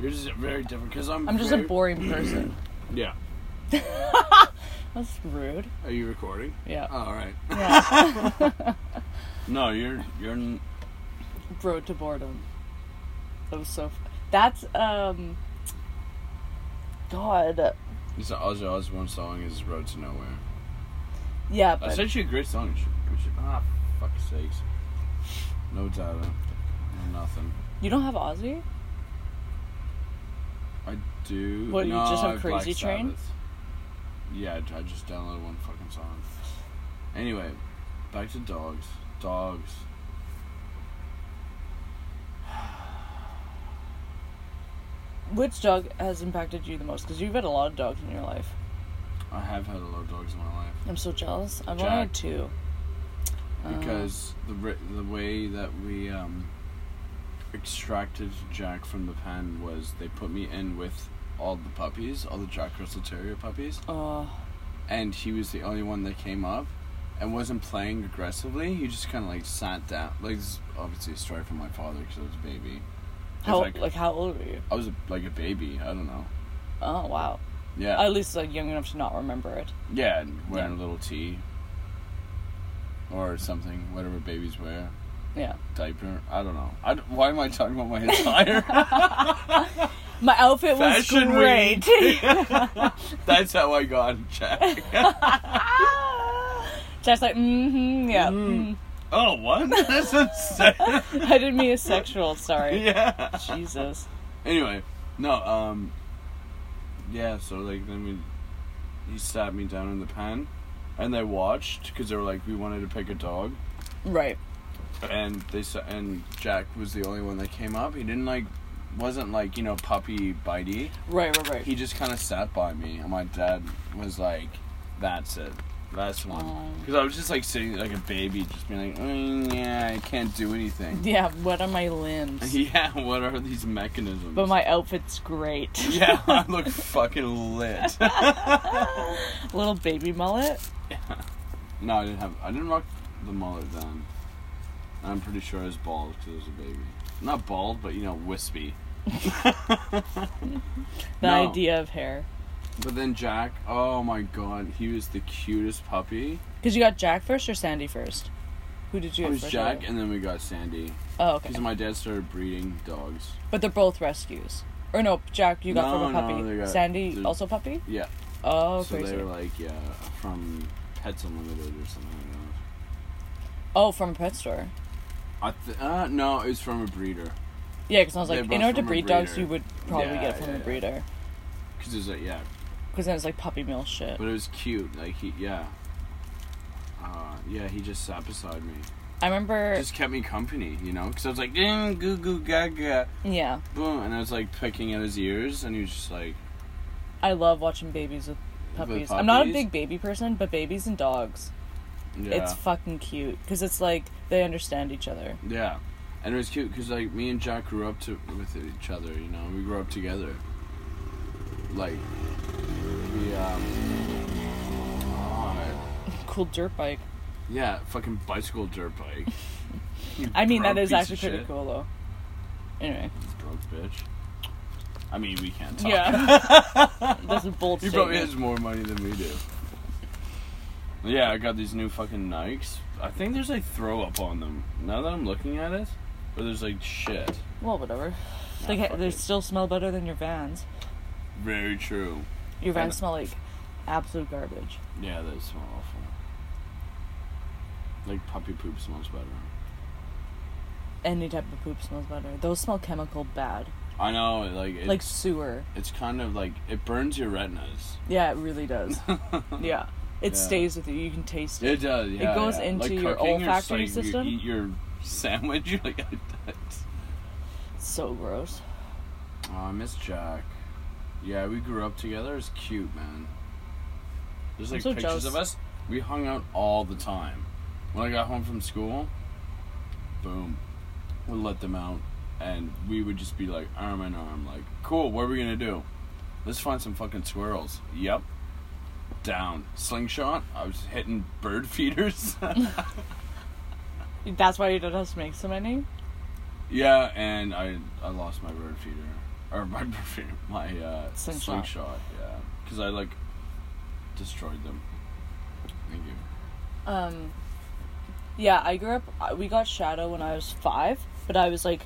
Yours is very different because I'm. I'm just a very- boring person. Yeah. That's rude. Are you recording? Yeah. Oh, all right. Yeah. No, you're you're. n- Road to boredom. That was so. F- That's um. God. It's the Ozzy Osbourne song is "Road to Nowhere." Yeah, I but sent you a great song. You should- you should- Ah, fuck's sakes. No data. No nothing. you don't have Ozzy. I do. What, you no, just I have Black Crazy Train? Sabbath. Yeah, I, I just downloaded one fucking song. Anyway, back to dogs. Dogs. Which dog has impacted you the most? Because you've had a lot of dogs in your life. I have had a lot of dogs in my life. I'm so jealous. I've Jack. only had two. Uh, because the ri- the way that we um, extracted Jack from the pen was they put me in with all the puppies, all the Jack Russell Terrier puppies, Oh, and he was the only one that came up and wasn't playing aggressively. He just kind of like sat down. Like this is obviously a story from my father because I was a baby. how It's like, how old were you? I was a, like a baby. I don't know. Oh wow. Yeah, At least like young enough to not remember it. yeah, and wearing Yeah. a little tee or something, whatever babies wear. Yeah. Diaper. I don't know. I don't- why am I talking about my entire? My outfit was Fashion great. week. That's how I got in check. Ah! Jack's like, mm-hmm, yeah. Mm. Mm. oh, what? That's insane. I didn't mean a sexual. Sorry. yeah. Jesus. Anyway, no. Um. Yeah. So like, then we, he sat me down in the pen, and they watched because they were like, we wanted to pick a dog, Right. and they sa- and Jack was the only one that came up. He didn't like, wasn't like you know puppy bitey. Right. Right. Right. He just kind of sat by me, and my dad was like, "That's it, that's Aw. one." Because I was just like sitting like a baby, just being like, mm, "Yeah, I can't do anything." yeah. What are my limbs? yeah, what are these mechanisms? But my outfit's great. yeah, I look fucking lit. Little baby mullet. no, I didn't have. I didn't rock the mullet then. I'm pretty sure I was bald because I was a baby. Not bald, but you know, wispy. The No. idea of hair. But then Jack, oh my god, he was the cutest puppy. Because you got Jack first or Sandy first? Who did you? It have was first? Jack, and then we got Sandy. Oh, okay. Because my dad started breeding dogs. But they're both rescues. Or no, Jack, you got No, from a no, puppy. they got- Sandy, they- also puppy? Yeah. Oh, so crazy. they were like, yeah, from Pets Unlimited or something like that. Oh, from a pet store. I th- uh, no, it was from a breeder. Yeah, because I was They're like, both in order to from a breed dogs, breeder. you would probably Yeah, get it from yeah, a yeah. breeder. Because it was like, yeah. Because then it's like puppy mill shit. But it was cute. Like, he, yeah. Uh, yeah, he just sat beside me. I remember. Just kept me company, you know? Because I was like, "Mm, goo goo gaga, yeah. boom. And I was like picking at his ears, and he was just like, I love watching babies with puppies. I'm not a puppies? big baby person, but babies and dogs. yeah. It's fucking cute. Because it's like they understand each other. Yeah, and it was cute because like me and Jack grew up to with each other. You know, we grew up together. Like we um. oh, God. Cool dirt bike. Yeah, fucking bicycle dirt bike. You I mean, that broke is piece of actually pretty shit. cool, though. Anyway. Broke bitch. I mean, we can't talk. Yeah. That's a bold He statement. probably has more money than we do. Yeah, I got these new fucking Nikes. I think there's like throw up on them. Now that I'm looking at it, or there's like shit. Well, whatever. They, Nah, ca- fuck they it. still smell better than your vans. Very true. Your And- vans smell like absolute garbage. Yeah, they smell awful. Like puppy poop smells better. Any type of poop smells better. Those smell chemical bad. I know, like it's, like sewer. it's kind of like it burns your retinas. Yeah, it really does. yeah. It Yeah. stays with you. You can taste it. It does. Yeah, goes yeah. into Like your cooking, you're just, olfactory like, you system? eat your sandwich. You're like, "That's- It's so gross. oh, I miss Jack. Yeah, we grew up together. It's cute, man. There's I'm like so pictures jealous. of us. We hung out all the time. When I got home from school, boom, we let them out, and we would just be like arm in arm, like, cool. What are we gonna do? Let's find some fucking squirrels. Yep. Down slingshot. I was hitting bird feeders. That's why you don't have to make so many? yeah, and I I lost my bird feeder. or my perfume, my uh, Slingshot. slingshot. Yeah, because I like destroyed them. Thank you. Um, yeah, I grew up. I- We got Shadow when I was five, but I was like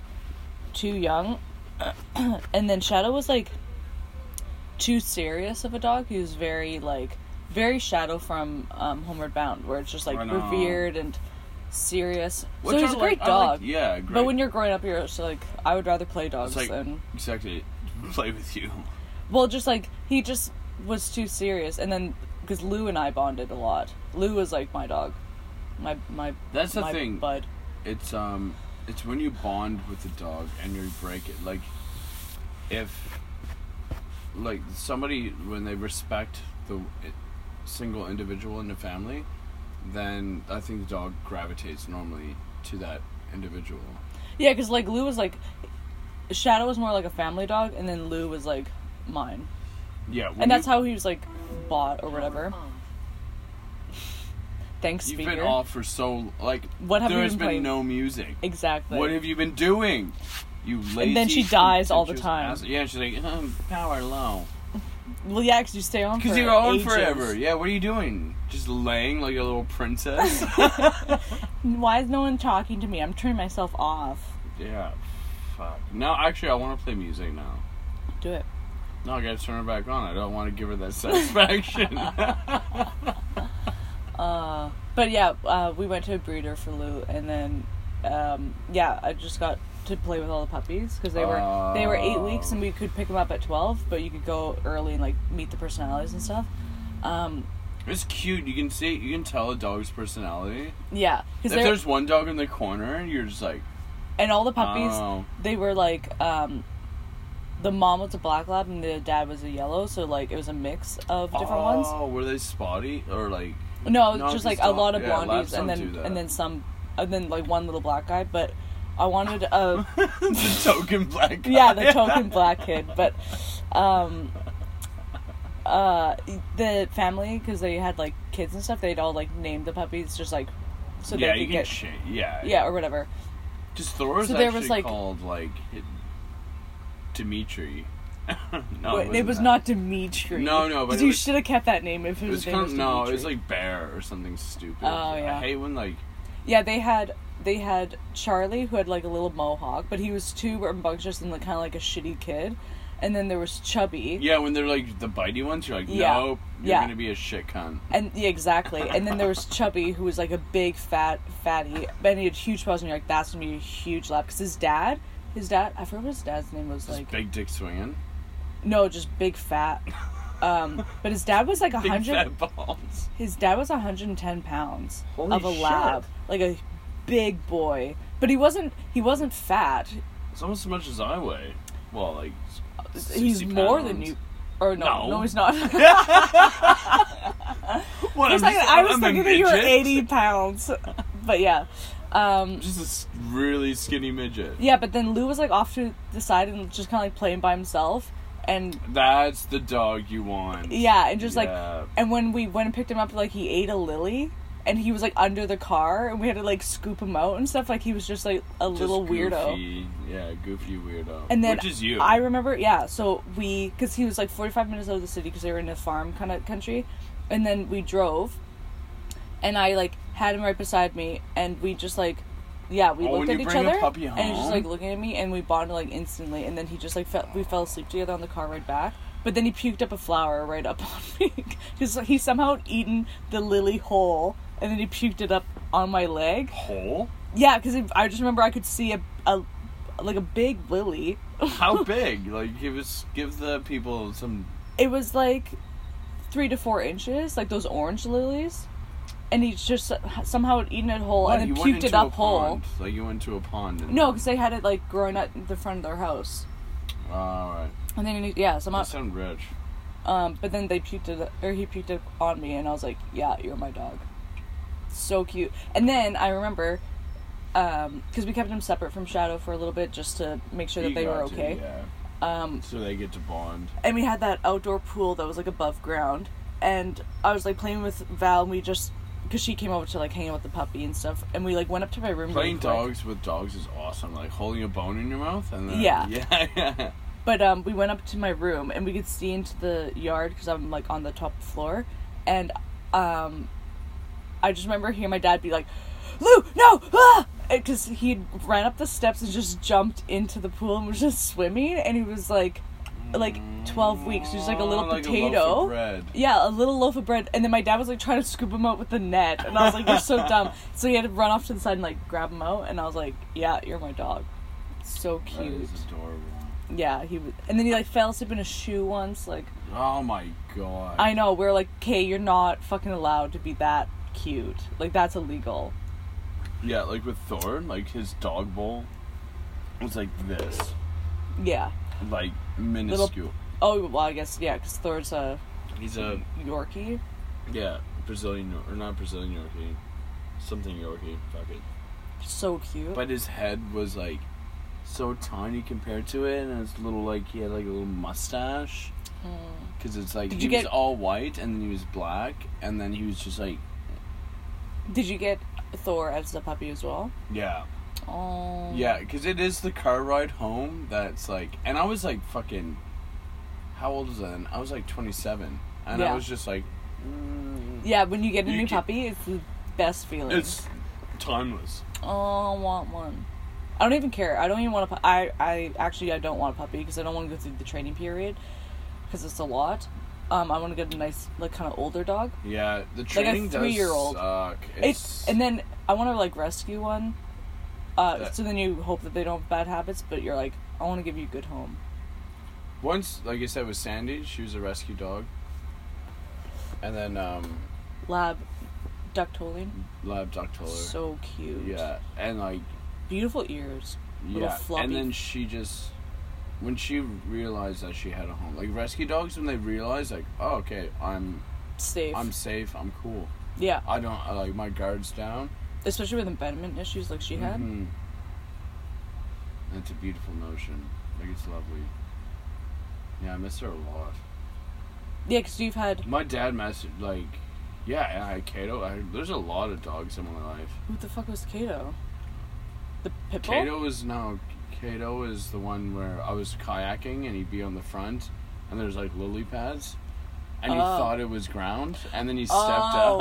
too young. and then Shadow was like too serious of a dog. He was very like very Shadow from um, Homeward Bound, where it's just like I know. revered and serious. Which so I he's a like- great I like- dog. yeah, great. But when you're growing up, you're just like, I would rather play dogs like- than exactly play with you. well, just like he just was too serious, and then because Lou and I bonded a lot. Lou was like my dog, my my That's the my thing. bud. It's um, it's when you bond with the dog and you break it. Like, if like somebody when they respect the i- single individual in the family, then I think the dog gravitates normally to that individual. Yeah, because like Lou was like, Shadow was more like a family dog, and then Lou was like mine, Yeah, when and that's you- how he was like bought or whatever. Thanks, you've speaker. been off for so like. What have you there's been been playing? no music. Exactly. What have you been doing? You lazy. then she dies all the contentious time. ass- Yeah, she's like um, power low. well, yeah, because you stay on Because for you're on ages. forever. Yeah, what are you doing? Just laying like a little princess? Why is no one talking to me? I'm turning myself off. yeah, fuck. No, actually, I want to play music now. Do it. No, I gotta turn her back on. I don't want to give her that satisfaction. Uh, but yeah, uh, we went to a breeder for Lou, and then um, yeah, I just got to play with all the puppies because they were they were eight Oh. weeks, and we could pick them up at twelve, but you could go early and like meet the personalities and stuff. Um, it's cute. You can see, you can tell a dog's personality. yeah, If because there's one dog in the corner, you're just like, and all the puppies Oh. they were like um, the mom was a black lab and the dad was a yellow, so like it was a mix of different oh, ones. were they spotty or like? No, No, just just like a don't- lot of yeah, labs blondies, and don't then do that. and then some, and then like one little black guy, but. I wanted a the token black. Guy. yeah, the token black kid. But um, uh, the family, because they had like kids and stuff, they'd all like name the puppies just like so yeah, they you could can get shit. Yeah, yeah or whatever. Just Thor So was there actually was, like- called like it- Dimitri. no, Wait, it wasn't was Oh, that. not Dimitri. No, no, but because it you was- should have kept that name if it It was, was name kind was of, no, it was Dimitri. like bear or something stupid. Oh, yeah. I hate when like yeah. They had they had Charlie who had like a little mohawk, but he was too rambunctious and like kind of like a shitty kid. And then there was Chubby. yeah when they're like the bitey ones. You're like Yeah. nope, you're Yeah. gonna be a shit cunt. And yeah, exactly. And then there was Chubby, who was like a big fat fatty, and he had huge paws, and you're like, that's gonna be a huge lap. Because his dad, his dad, I forgot what his dad's name was Just like. big dick swinging, No, just big fat. Um, but his dad was like a big hundred. fat balls. His dad was 110 pounds Holy of a lab, shit. like a big boy. But he wasn't. He wasn't fat. It's almost as much as I weigh. Well, like s- 60 He's more than pounds. you. Or no, no, No. he's not. What, I was I'm thinking, just- I was I'm a thinking that you were midget? 80 pounds. But yeah. Um, Just a s- really skinny midget. Yeah, but then Lou was like off to the side and just kind of like playing by himself, and That's the dog you want. yeah, and just Yeah. like, and when we went and picked him up, like he ate a lily, and he was like under the car, and we had to like scoop him out and stuff. Like he was just like a Just little weirdo. goofy, Yeah, goofy weirdo. And then which is you? I remember, yeah. So we, because he was like forty-five minutes out of the city, because they were in a farm kind of country, and then we drove, and I like had him right beside me, and we just like, yeah, we Oh, looked when at you each bring a other, puppy and he was just like home? looking at me, and we bonded like instantly, and then he just like fell, we fell asleep together on the car ride back. But then he puked up a flower right up on me, because he somehow had eaten the lily whole, and then he puked it up on my leg. Hole? Yeah, because I just remember I could see a, a like a big lily. How big? Like give us give the people some. it was like three to four inches, like those orange lilies. And he just somehow had eaten it whole What, and you then went puked into it a up whole. Pond. Like you went to a pond. And, No, because they had it like growing up in the front of their house. All right. And then, he- yeah, somehow. That sound rich. Um, but then they puked it, or he puked it on me, and I was like, yeah, you're my dog. So cute. And then I remember, because we kept him separate from Shadow for a little bit just to make sure that You they were got to, okay. yeah. Um, So they get to bond. and we had that outdoor pool that was like above ground and i was like playing with val and we just because she came over to like hang out with the puppy and stuff and we like went up to my room really Playing quick. dogs with dogs is awesome. Like holding a bone in your mouth and then Yeah. yeah, yeah. But um, we went up to my room and we could see into the yard because I'm like on the top floor, and um, I just remember hearing my dad be like, "Lou, no!" Ah! Because he ran up the steps and just jumped into the pool and was just swimming, and he was like, like 12 weeks. He's like a little Aw, like a loaf of potato. bread. Yeah, a little loaf of bread. And then my dad was like trying to scoop him out with the net. And I was like, you're so dumb. So he had to run off to the side and like grab him out. And I was like, yeah, you're my dog. So That cute. is adorable. Yeah, he was. And then he like fell asleep in a shoe once. Like, Oh my god. I know. We are like, okay, you're not fucking allowed to be that cute. Like, that's illegal. Yeah, like with Thor, like his dog bowl was like this, Yeah. like minuscule. Oh, well, I guess, yeah, because Thor's a He's a Yorkie. yeah Brazilian or not Brazilian Yorkie, something Yorkie. Fuck it. So cute. But his head was like so tiny compared to it, and it's little like he had like a little mustache Mm. because it's like Did he you was get- all white and then he was black and then he was just like Did you get Thor as a puppy as well? yeah Oh. yeah because it is the car ride home that's like and I was like fucking how old was I then I was like twenty seven and I Yeah. Hmm. was just like mm, Yeah, when you get a You new get- puppy, it's the best feeling. it's timeless Oh, I want one. I don't even care. I don't even want a pu- I, I actually I don't want a puppy because I don't want to go through the training period because it's a lot. Um, I want to get a nice like kind of older dog. yeah the training does three-year-old. suck It's, and then I want to like rescue one. Uh, That- so then you hope that they don't have bad habits, but you're like, I want to give you a good home. Once, like I said, with Sandy, she was a rescue dog. And then um, Lab, ductoling, lab doctor. so cute. yeah, and like beautiful ears. Little yeah, floppy- and then she just when she realized that she had a home, like rescue dogs, when they realize like, oh okay, I'm Safe. I'm safe, I'm cool. yeah, I don't I, like my guards down. especially with abandonment issues like she had. Mhm. That's a beautiful notion. Like it's lovely. Yeah, I miss her a lot. Mm-hmm. Yeah, because you've had My dad messaged like, yeah, and I Kato. I, there's a lot of dogs in my life. Who the fuck was Kato? The pitbull? Kato is no. Kato is the one where I was kayaking and he'd be on the front, and there's like lily pads, and he Oh. thought it was ground, and then he stepped oh,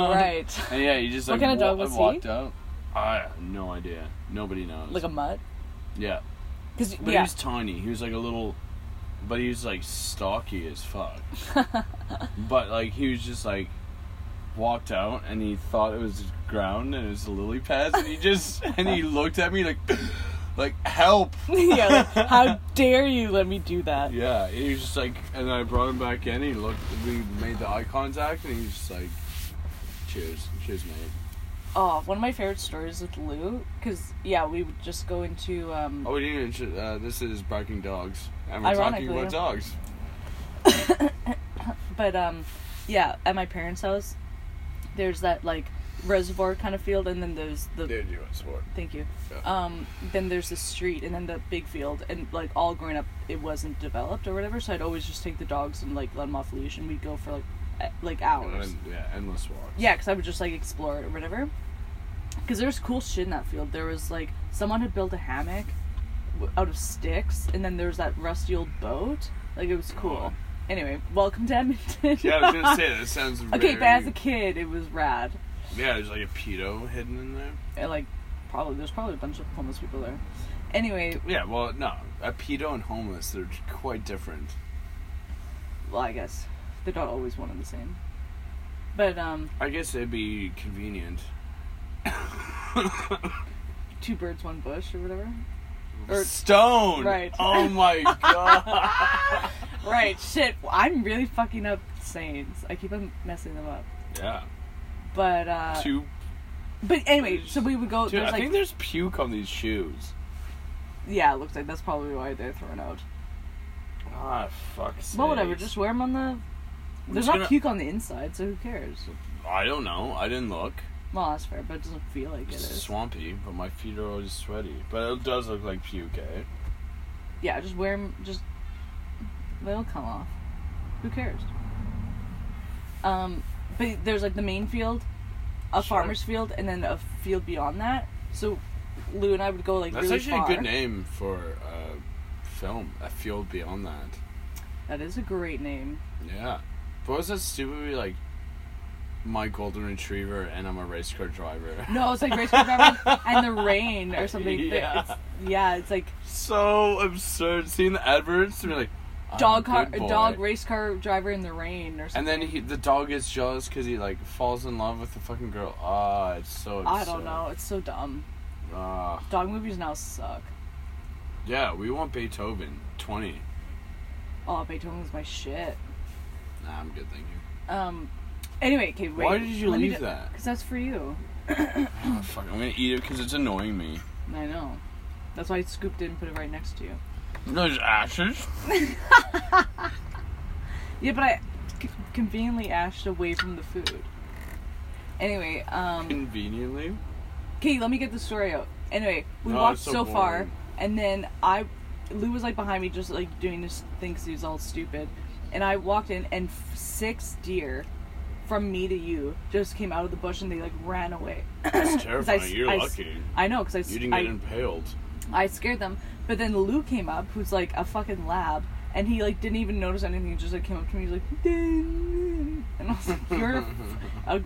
out. right. And yeah, he just What like kind of dog wa- was he? walked out. I have no idea. Nobody knows. like a mutt? yeah, Because, but he yeah. was tiny. He was like a little, but he was like stocky as fuck. but like he was just like walked out and he thought it was ground and it was lily pads and he just and he looked at me like like help yeah, like, how dare you let me do that? Yeah, he was just like, and I brought him back in. He looked, we made the eye contact, and he was just like, "Cheers, cheers, mate." Oh, one of my favorite stories with Lou, because, yeah, we would just go into, um, Oh, we didn't. intro- Uh, this is barking dogs, and we're talking Ironically. about dogs. but, um, yeah, at my parents' house, there's that, like, reservoir kind of field, and then there's the Dude, you want sport? Thank you. Yeah. Um, then there's the street and then the big field and like all growing up it wasn't developed or whatever so I'd always just take the dogs and like let them off leash and we'd go for like eh, like hours. And, yeah, endless walks. Yeah, because I would just like explore it or whatever. Because there's cool shit in that field. There was like someone had built a hammock w- out of sticks and then there's that rusty old boat. Like it was cool. Oh. Anyway, welcome to Edmonton. Yeah, I was gonna say that sounds. okay, very- but as a kid it was rad. yeah, there's like a pedo hidden in there. And, like probably there's probably a bunch of homeless people there. Anyway, Yeah, well, no, a pedo and homeless, they're quite different. well, I guess they're not always one and the same. But um, I guess it'd be convenient. two birds, one bush, or whatever. Or- Stone. Right. Oh my god. right, shit. I'm really fucking up sayings. I keep on messing them up. yeah. But uh, Two but anyway, so we would go. Dude, I there's like think there's puke on these shoes. yeah, it looks like that's probably why they're thrown out. Ah, fuck. But whatever, just wear them on the. I'm There's just not gonna- puke on the inside, so who cares? I don't know. I didn't look. Well, that's fair, but it doesn't feel like it It's is. swampy, but my feet are always sweaty. But it does look like puke, eh? Yeah, just wear them. Just they'll come off. Who cares? Um, but there's like the main field, a Sure. farmer's field, and then a field beyond that. So Lou and I would go like That's really actually far. a good name for a uh, film. I feel beyond that. That is a great name. Yeah. What was that stupid movie, like my golden retriever and I'm a race car driver? No, it's like race car driver and the rain or something. Yeah. It's, yeah, it's like So absurd. Seeing the adverts and be like, "I'm dog a car, good boy." dog race car driver in the rain or And something. then he, the dog gets jealous because he like falls in love with the fucking girl. Ah, it's so. Absurd. I don't know. It's so dumb. Ah, Dog movies now suck. yeah. We want Beethoven twenty. Oh, Beethoven's my shit. Nah, I'm good, thank you. Um. Anyway, okay, wait. Why did you leave that? Because that's for you. Oh, fuck, I'm gonna eat it because it's annoying me. I know. That's why I scooped it and put it right next to you. Those ashes. Yeah, but I c- conveniently ashed away from the food. Anyway, um, Conveniently. okay, let me get the story out. Anyway, we No, walked it's so so, far, boring. and then I, Lou was like behind me, just like doing this thing 'cause he was all stupid, and I walked in, and f- six deer, from me to you, just came out of the bush and they like ran away. That's 'Cause I terrifying. s- You're I s- lucky. I know, cause I s- You didn't get I- impaled. I scared them. But then Lou came up, who's like a fucking lab, and he like didn't even notice anything. He just like came up to me, he's like, "Ding." and I was like, "You're, a,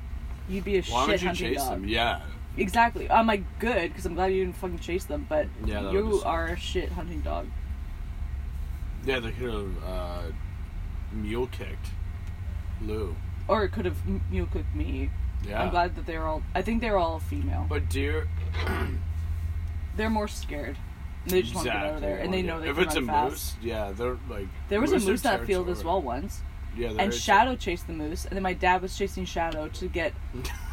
you'd be Why a shit would you hunting chase dog." them? Yeah. Exactly. I'm like, good, because I'm glad you didn't fucking chase them. But Yeah, that would've you sucked. are a shit hunting dog. Yeah, they could have uh, mule kicked Lou. Or it could have mule cooked me. Yeah. I'm glad that they're all. I think they're all female. But deer, They're more scared. And They exactly. just want to get out of there, and they wanna know get- they if can it's run a fast. moose, yeah, they're like. There was a are moose that field as well territorial. once, Yeah, they're and very Shadow chased the moose, and then my dad was chasing Shadow to get,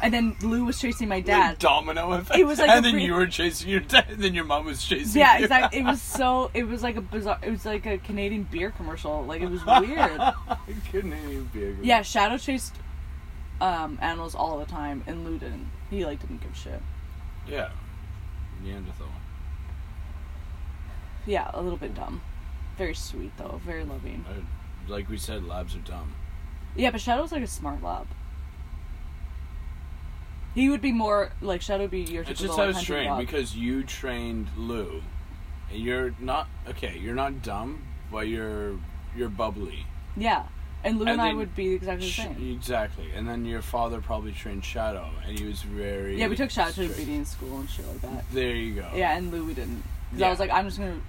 and then Lou was chasing my territorial. dad. Like domino effect. It was like and a then free- you were chasing your dad, and then your mom was chasing. Yeah, you. exactly. It was so. It was like a bizarre. It was like a Canadian beer commercial. Like it was weird. Couldn't even be a good yeah, Shadow chased um, animals all the time, and Lou didn't. He like didn't give a shit. Yeah. Neanderthal. Yeah, a little bit dumb. Very sweet though. Very loving. I, like we said, labs are dumb. Yeah, but Shadow's like a smart lab. He would be more like Shadow would be your It's typical just like, how it's hunting trained dog. because you trained Lou. And you're not okay. You're not dumb, but you're you're bubbly. Yeah. And Lou and, And I then would be exactly the Sh- same. exactly. And then your father probably trained Shadow, and he was very Yeah, we took shots to strict. obedience school and shit like that. There you go. Yeah, and Lou we didn't. Because I Yeah. was like, I'm just gonna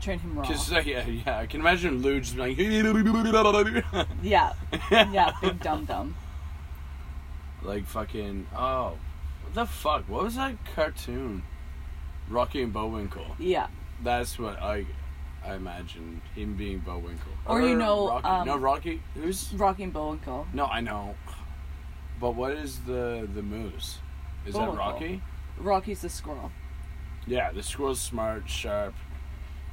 train him raw. Cause uh, yeah, yeah, I can imagine Lou just being like, Yeah, yeah, big dumb dumb. like fucking oh, what the fuck? What was that cartoon? Rocky and Bullwinkle. Yeah, That's what I, I imagined him being Bullwinkle. Or you know, Rocky. um, no Rocky. Who's Rocky and Bullwinkle. no? I know, but what is the the moose? Is Bullwinkle. that Rocky? Rocky's the squirrel. Yeah, the squirrel's smart, sharp.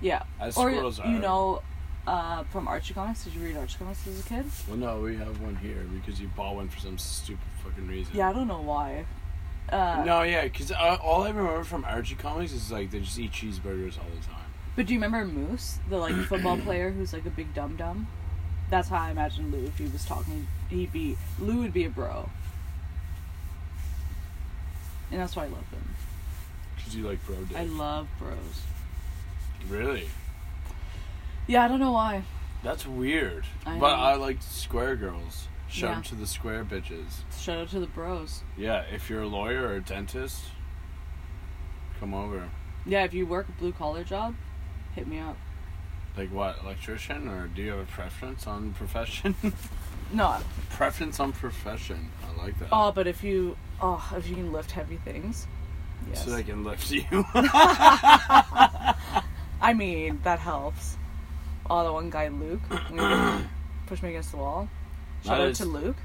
Yeah, As or squirrels are. you know, uh, from Archie comics. Did you read Archie comics as a kid? Well, no, we have one here because you bought one for some stupid fucking reason. Yeah, I don't know why. Uh, No, yeah, because uh, all I remember from Archie comics is like they just eat cheeseburgers all the time. But do you remember Moose, the like football player who's like a big dum dum? That's how I imagine Lou if he was talking. He'd be Lou would be a bro, and that's why I love him. Because you like bro dick. I love bros. really? Yeah, I don't know why. That's weird. I but know. I liked square girls. Shout Yeah. out to the square bitches. Shout out to the bros. Yeah, if you're a lawyer or a dentist, come over. Yeah, if you work a blue collar job, hit me up. Like what, electrician? Or do you have a preference on profession? No. preference on profession. I like that. Oh, but if you oh if you can lift heavy things. Yes. So they can lift you. I mean that helps. Oh, the one guy Luke when he pushed me against the wall. Shout That out is- to Luke.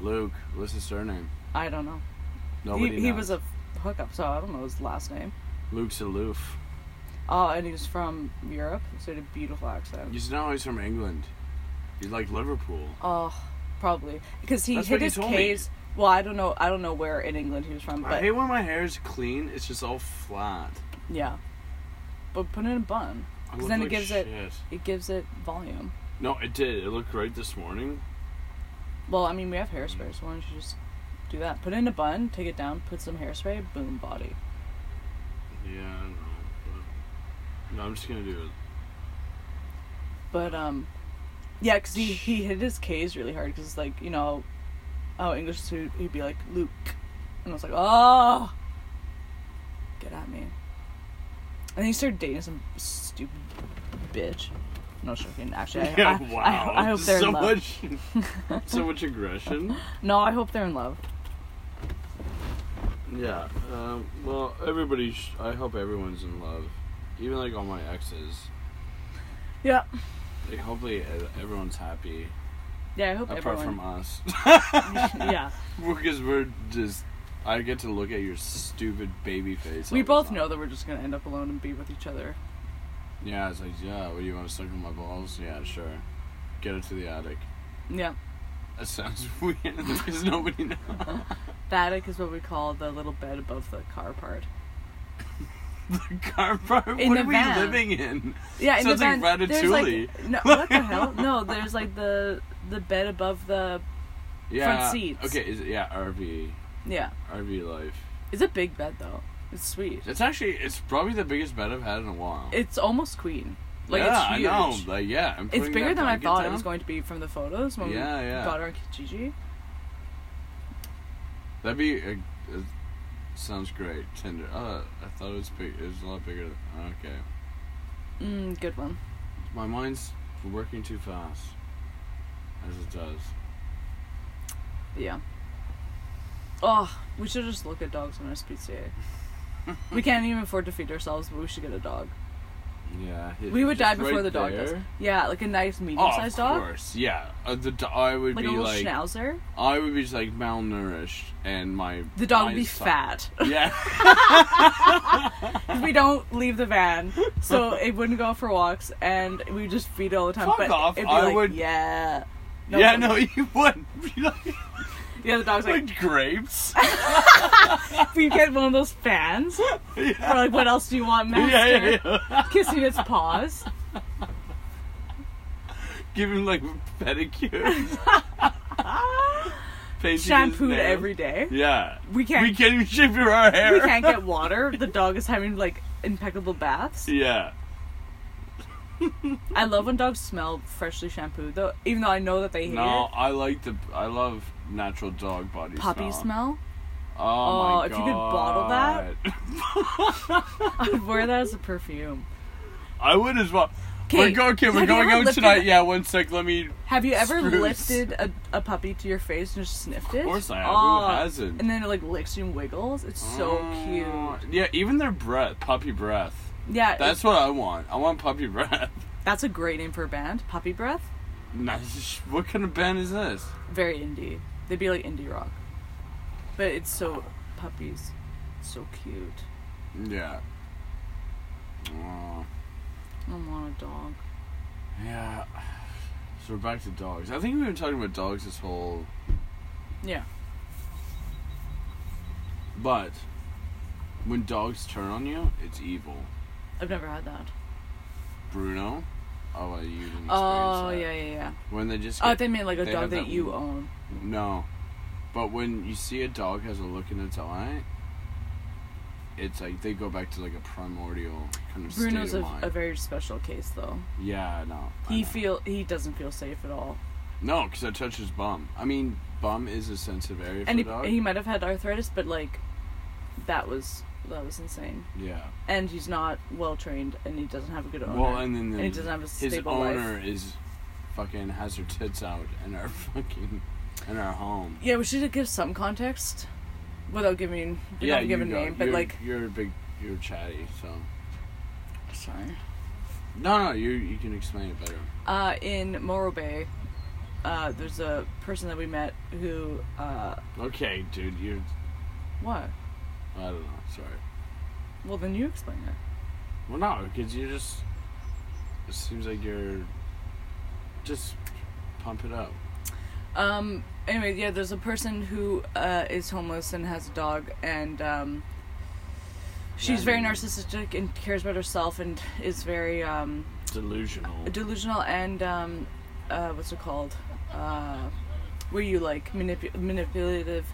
Luke, what's his surname? I don't know. Nobody he he knows. was a hookup, so I don't know his last name. Luke's aloof. Oh, and he was from Europe, so he had a beautiful accent. You know he's from England. He's like Liverpool. Oh, probably because he That's hit what he his told me. case. Well, I don't know. I don't know where in England he was from, I but hate when my hair is clean. It's just all flat. yeah. But put it in a bun. I 'Cause look then it like gives it- shit. It gives it volume. No, it did. It looked great this morning. Well, I mean, we have hairspray, so why don't you just do that? Put it in a bun, take it down, put some hairspray, boom, body. Yeah, I don't know. but- No, I'm just gonna do it. But um, yeah, because he he hit his K's really hard because like you know, oh English so he'd- he'd be like Luke, and I was like oh, get at me. And then he started dating some stupid bitch. No joking. Actually, I, Yeah, I- I- wow. I, hope they're so in love. much, so much aggression. No, I hope they're in love. Yeah. Um, well, everybody. Sh- I hope everyone's in love, even like all my exes. Yeah. Like, hopefully, e- everyone's happy, Yeah, I hope apart everyone. from us, yeah, because we're just. I get to look at your stupid baby face. we all the both time. know that we're just gonna end up alone and be with each other. Yeah, it's like, yeah. What do you want to suck on my balls? Yeah, sure. Get it to the attic. Yeah, That sounds weird because nobody knows. attic is what we call the little bed above the car part. the car park. In what the are we van. living in? Yeah, in Sounds the like van, there's like Ratatouille. no, what the hell? No, there's like the the bed above the Yeah. seats. Okay. Is it, yeah. RV. yeah. RV life. It's a big bed though. It's sweet. It's actually it's probably the biggest bed I've had in a while. It's almost queen. Like yeah, it's huge. I know. Like yeah, I'm It's putting bigger that than I blanket thought it down. was going to be from the photos when Yeah, we yeah. got our Kijiji. That'd be. A, a, sounds great. Tinder. Uh, I thought it was big. It was a lot bigger. Than, okay. Mm, good one. My mind's working too fast, as it does. Yeah. Oh, we should just look at dogs on SPCA. we can't even afford to feed ourselves, but we should get a dog. Yeah. it- We would die just before right the dog does. there. Yeah, like a nice medium Oh, of sized dog. course. Yeah. Uh, the do- I would Like a be little like schnauzer. I would be just like malnourished and my The dog would be eyes- fat. Yeah. we don't leave the van, so it wouldn't go for walks, and we would just feed it all the time. Fuck but off, It'd be I like, would- Yeah. yeah. fuck No, off. you would. Be like, Yeah, the dog's like, like grapes. we get one of those fans. We're like, what else do you want, master? yeah, yeah, yeah. Kissing its paws. Give him like pedicures. Painting his Shampooed nails. every day. Yeah. We can't. We can't even shape our hair. we can't get water. The dog is having like impeccable baths. Yeah. I love when dogs smell freshly shampooed, though. Even though I know that they hate No, it. I like the. I love natural dog body Puppy smell. Oh, my Oh, if you could bottle that. God. I would wear that as a perfume. I would as well. Okay, We're going. Okay, we're have you going ever out lifted- tonight. Yeah, one sec. Let me. Have you ever Spruce. lifted a, a puppy to your face and just sniffed it? Of course I have. Oh, Who hasn't? And then it like licks you and wiggles. It's so Oh, cute. Yeah, even their breath, puppy breath. Yeah, that's That's what I want. I want puppy breath. that's a great name for a band. Puppy Breath. Nice. What kind of band is this? Very indie. They'd be like indie rock, but it's so puppies, so cute. Yeah. Oh. I want a dog. Yeah. So we're back to dogs. I think we've been talking about dogs this whole. Yeah. But when dogs turn on you, it's evil. I've never had that. Bruno. Oh, well, you didn't experience Oh that. yeah, yeah, yeah. When they just. Oh, get- they mean like a They dog have that, that you look. own. no. But when you see a dog has a look in its eye, it's like they go back to like a primordial kind of Bruno's state of a, mind. a very special case, though. yeah, no. I He know. feel he doesn't feel safe at all, No, because I touched his bum. I mean, bum is a sensitive area for and a he, dog. he might have had arthritis, but like, that was that was insane. yeah. And he's not well trained, and he doesn't have a good owner. Well, and then the, And he doesn't have a his stable life. owner is fucking has her tits out in our fucking in our home. yeah, we should give some context, without giving we yeah, don't give a you go. name, but you're, like, you're a big, you're chatty. So sorry. no, no, you you can explain it better. Uh, in Morro Bay, uh, there's a person that we met who, uh, Okay, dude, you're what? I don't know. Sorry. Well, then you explain it. Well, no, because you just it seems like you're just pump it up. Um. Anyway, yeah, there's a person who uh, is homeless and has a dog, and um, she's very Yeah. narcissistic and cares about herself and is very um, Delusional. delusional and um, uh, what's it called? Uh, where you like manipu- manipulative.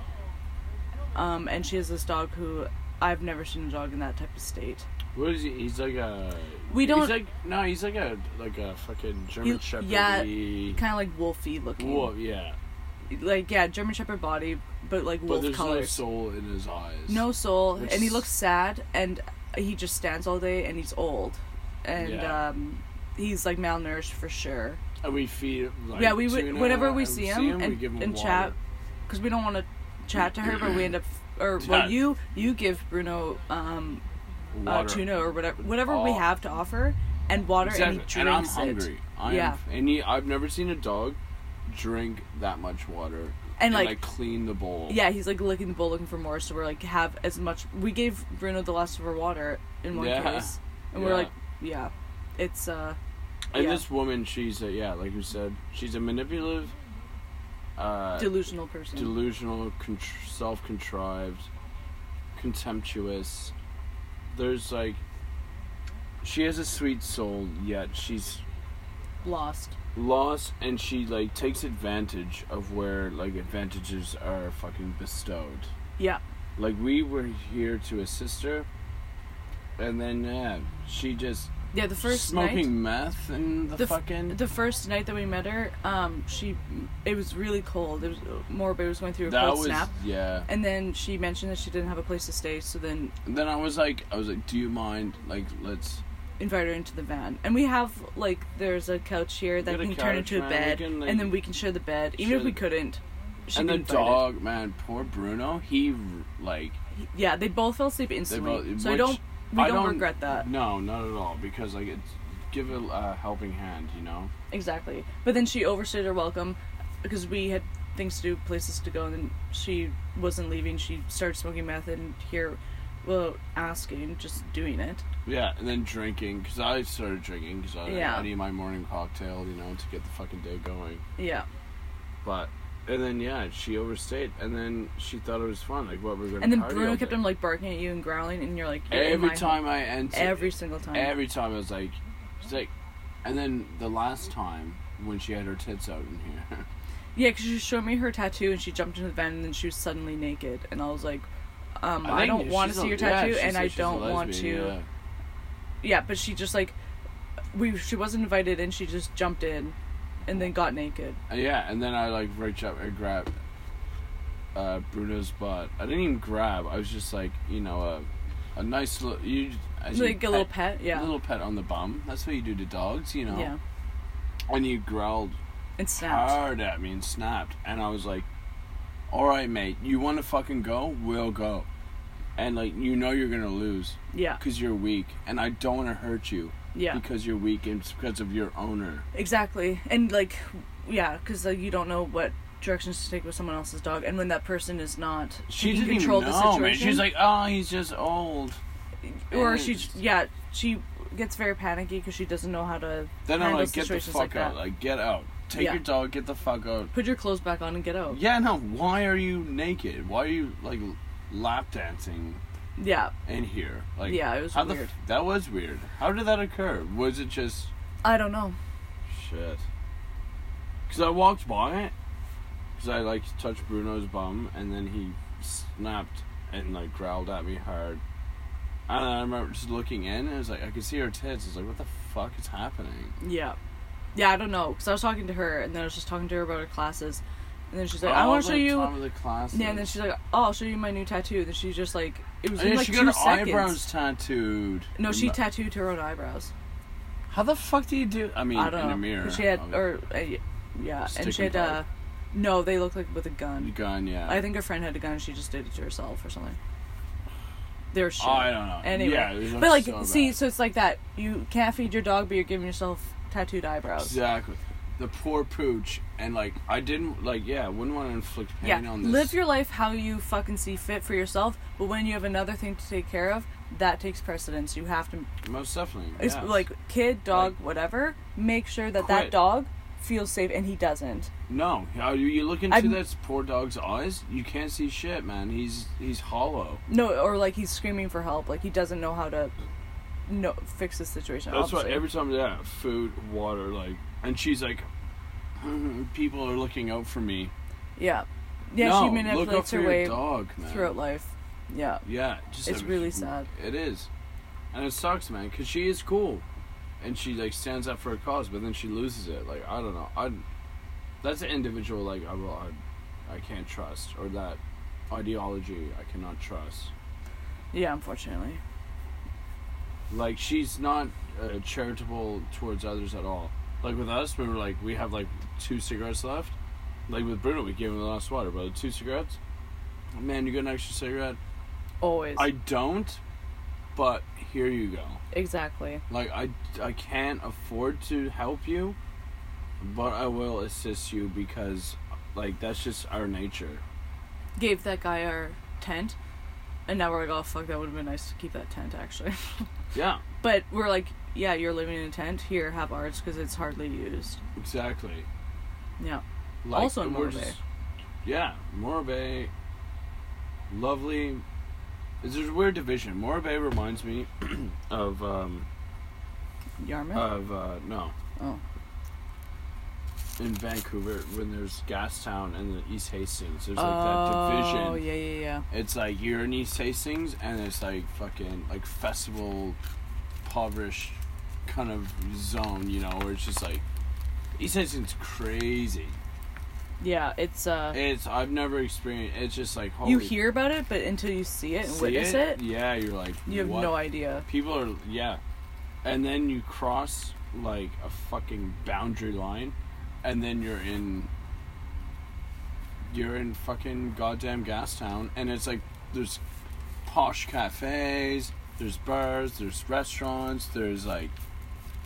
Um, and she has this dog who I've never seen a dog in that type of state. What is he? He's like a. We don't- He's like no. He's like a like a fucking German He- Shepherd. yeah. Kind of like wolfy looking. Wolf. Yeah. Like yeah, German Shepherd body, but like But wolf there's no colors. soul in his eyes. No, soul, Which and he is- looks sad, and he just stands all day, and he's old, and Yeah. um, he's like malnourished for sure. And we feed. Like, yeah, we would tuna, whenever we and see him, we and, give him and water. chat, because we don't want to chat to her, but we end up. Or Yeah. well, you you give Bruno um, uh, Water. tuna or whatever whatever we Oh. have to offer, and water, Exactly. and he drinks I'm it. hungry. I Yeah. am, and he, I've never seen a dog drink that much water And, like- clean the bowl. Yeah, he's like licking the bowl looking for more, so we're like have as much. We gave Bruno the last of our water in one Yeah. case, and we're Yeah. like, yeah, it's uh, And yeah. this woman, she's a, yeah, like you said, she's a manipulative, uh, delusional person. delusional, con- self-contrived, contemptuous. There's like, she has a sweet soul, yet she's Lost. lost, and she like takes advantage of where like advantages are fucking bestowed. Yeah. Like we were here to assist her, and then yeah, she just Yeah, the first night. smoking meth and the, the f- fucking The first night that we met her, um, she, it was really cold. It was morbid. It was going through a that cold was snap. yeah. And then she mentioned that she didn't have a place to stay, so then And then I was like, I was like, do you mind? Like, let's invite her into the van. And we have like there's a couch here that Got we a can turn couch, into man, a bed, we can, like, and then we can share the bed, even share if we the- couldn't. She and the can fight it. dog man, poor Bruno, he like Yeah, they both fell asleep instantly. both- so I which don't. We I don't, don't- regret that no, not at all because like it's give a uh, helping hand, you know. exactly. But then she overstayed her welcome because we had things to do, places to go, and then she wasn't leaving. She started smoking meth, and here, well, asking, just doing it. Yeah, and then drinking because I started drinking because I, Yeah. I need my morning cocktail, you know, to get the fucking day going. Yeah, But and then yeah, she overstayed, and then she thought it was fun, like what we're gonna. and then party Bruno all kept day. on like barking at you and growling, and you're like "You're in every my- time I entered. every single time. every time I was like, it's like, and then the last time when she had her tits out in here, Yeah, because she showed me her tattoo and she jumped into the van and then she was suddenly naked. And I was like, um, I, think don't want to she's see a- your yeah, tattoo she's and a- I she's a don't want to. lesbian, Yeah. but she just like, we she wasn't invited and she just jumped in and then got naked. Yeah. yeah, and then I like reached up and grabbed uh, Bruno's butt. I didn't even grab. I was just like, you know, a a nice little you as you Like a little pet, yeah. a little pet on the bum. That's what you do to dogs, you know. Yeah. And you growled And Ah. snapped. hard at me and snapped. And I was like, all right, mate, you want to fucking go? We'll go. And like, you know you're going to lose yeah. because you're weak. And I don't want to hurt you Yeah. because you're weak and it's because of your owner. Exactly. And like, yeah, because like, you don't know what directions to take with someone else's dog. And when that person is not, She taking didn't even control know, of the man. situation. She's like, oh, he's just old. or and she, it's- yeah, she gets very panicky because she doesn't know how to Then I'm handle like, get the situations fuck like that. out. Like, get out. Take Yeah. your dog, get the fuck out. Put your clothes back on and get out. Yeah, no, why are you naked? Why are you, like, lap dancing Yeah. in here? Like, Yeah, it was how the weird. f- that was weird. How did that occur? Was it just. I don't know. Shit. Because I walked by it. Because I, like, touched Bruno's bum, and then he snapped and, like, growled at me hard. And I remember just looking in, and it was like, I could see her tits. I was like, what the fuck is happening? Yeah. Yeah, I don't know. Because I was talking to her, and then I was just talking to her about her classes. And then she's like, I All want to show the you. Time of the classes. Yeah, and then she's like, oh, I'll show you my new tattoo. And then she just like, it was And then in like she two got her seconds. eyebrows tattooed. No, she Remember- tattooed her own eyebrows. How the fuck do you do? I mean, I don't in know. a mirror. She had, obviously. or, uh, y- yeah, and Stick she had, and uh, poke. no, they looked like with a gun. gun. Yeah. I think her friend had a gun, and she just did it to herself or something. They were shit. Oh, I don't know. Anyway. Yeah, it was but like, so see, bad. so it's like that. You can't feed your dog, but you're giving yourself tattooed eyebrows. Exactly. The poor pooch, and like I didn't like. Yeah, I wouldn't want to inflict Yeah, pain on this. live your life how you fucking see fit for yourself, but when you have another thing to take care of, that takes precedence. You have to, most definitely. it's yes. like kid, dog, Like- whatever, make sure that that Quit. dog dog feels safe and he doesn't. no, how you, you look into I'm- this poor dog's eyes, you can't see shit, man. He's he's hollow. No, or like he's screaming for help, like he doesn't know how to no fix the situation. That's why obviously. every time, yeah, food, water, like, and she's like, people are looking out for me. Yeah. Yeah, no, she look out manipulates for her your way dog, man. throughout life. Yeah. Yeah, just It's a- really sad. It is. and it sucks, man, because she is cool, and she like stands up for a cause, but then she loses it. Like I don't know, I that's an individual like I will I, I can't trust or that ideology I cannot trust. Yeah, unfortunately. Like she's not uh, charitable towards others at all. Like with us, we were like we have like two cigarettes left. Like with Bruno, we gave him the last water, brother. Two cigarettes. Man, you got an extra cigarette? Always. I don't, but here you go. exactly. Like I, I can't afford to help you, but I will assist you because, like, that's just our nature. Gave that guy our tent, and now we're like, oh fuck, that would have been nice to keep that tent actually. Yeah, but we're like, yeah, you're living in a tent. Here, have ours because it's hardly used. exactly. Yeah. Like, Also in we're Morro Bay. just- Yeah, Morro Bay. Lovely. It's just a weird division. Morro Bay reminds me of um Yarmouth. of uh no. Oh. In Vancouver, when there's Gastown and then East Hastings, there's like that division. Oh yeah, yeah, yeah. It's like you're in East Hastings, and it's like fucking like festival, impoverished kind of zone, you know, where it's just like East Hastings crazy. Yeah, it's uh. It's I've never experienced. It's just like holy you hear about it, but until you see it and see witness it, Yeah, you're like you have what? no idea. People are yeah, and then you cross like a fucking boundary line, and then you're in. You're in fucking goddamn Gastown, and it's like there's posh cafes, there's bars, there's restaurants, there's like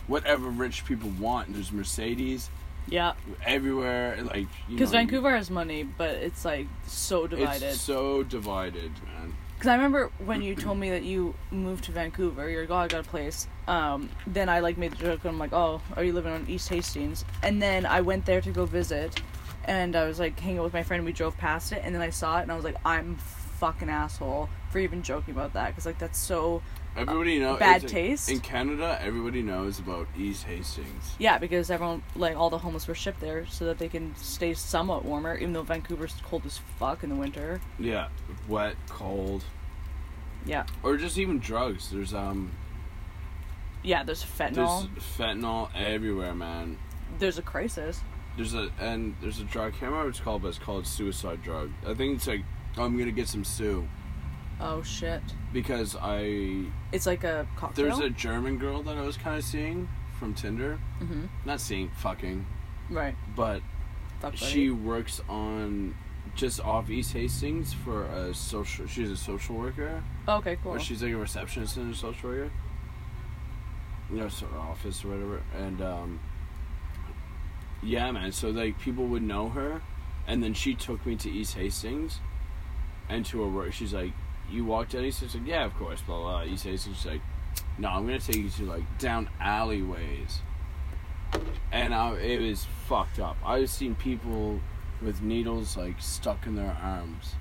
whatever rich people want. There's Mercedes Yeah, everywhere, like you because know, you- Vancouver has money, but it's like so divided. It's so divided, man. Because I remember when you told me that you moved to Vancouver, you're like, oh, I got a place. Um, then I like made the joke, and I'm like, oh, are you living on East Hastings? And then I went there to go visit, and I was like hanging out with my friend. We drove past it, and then I saw it, and I was like, I'm fucking asshole for even joking about that, because like that's so Everybody knows Uh, bad it's- taste? in Canada. Everybody knows about East Hastings. yeah, because everyone like all the homeless were shipped there so that they can stay somewhat warmer, even though Vancouver's cold as fuck in the winter. Yeah, wet, cold, Yeah, or just even drugs. There's um, yeah. There's fentanyl. there's fentanyl everywhere, man. there's a crisis. There's a and there's a drug. I can't remember what it's called, but it's called suicide drug. I think it's like I'm gonna get some Sue Oh shit. because I It's like a cocktail. there's a German girl that I was kind of seeing from Tinder. hmm Not seeing, fucking, Right. but Fuck buddy. she works on just off East Hastings for a social. She's a social worker. Oh, Okay, cool. Or she's like a receptionist in a social area. You know, sort of office or whatever. And um Yeah, man, so like people would know her and then she took me to East Hastings and to her work she's like, You walked down East Hastings? Yeah, of course, blah blah blah. East Hastings she's like, No, I'm gonna take you to like down alleyways and I, it was fucked up. I've seen people with needles like stuck in their arms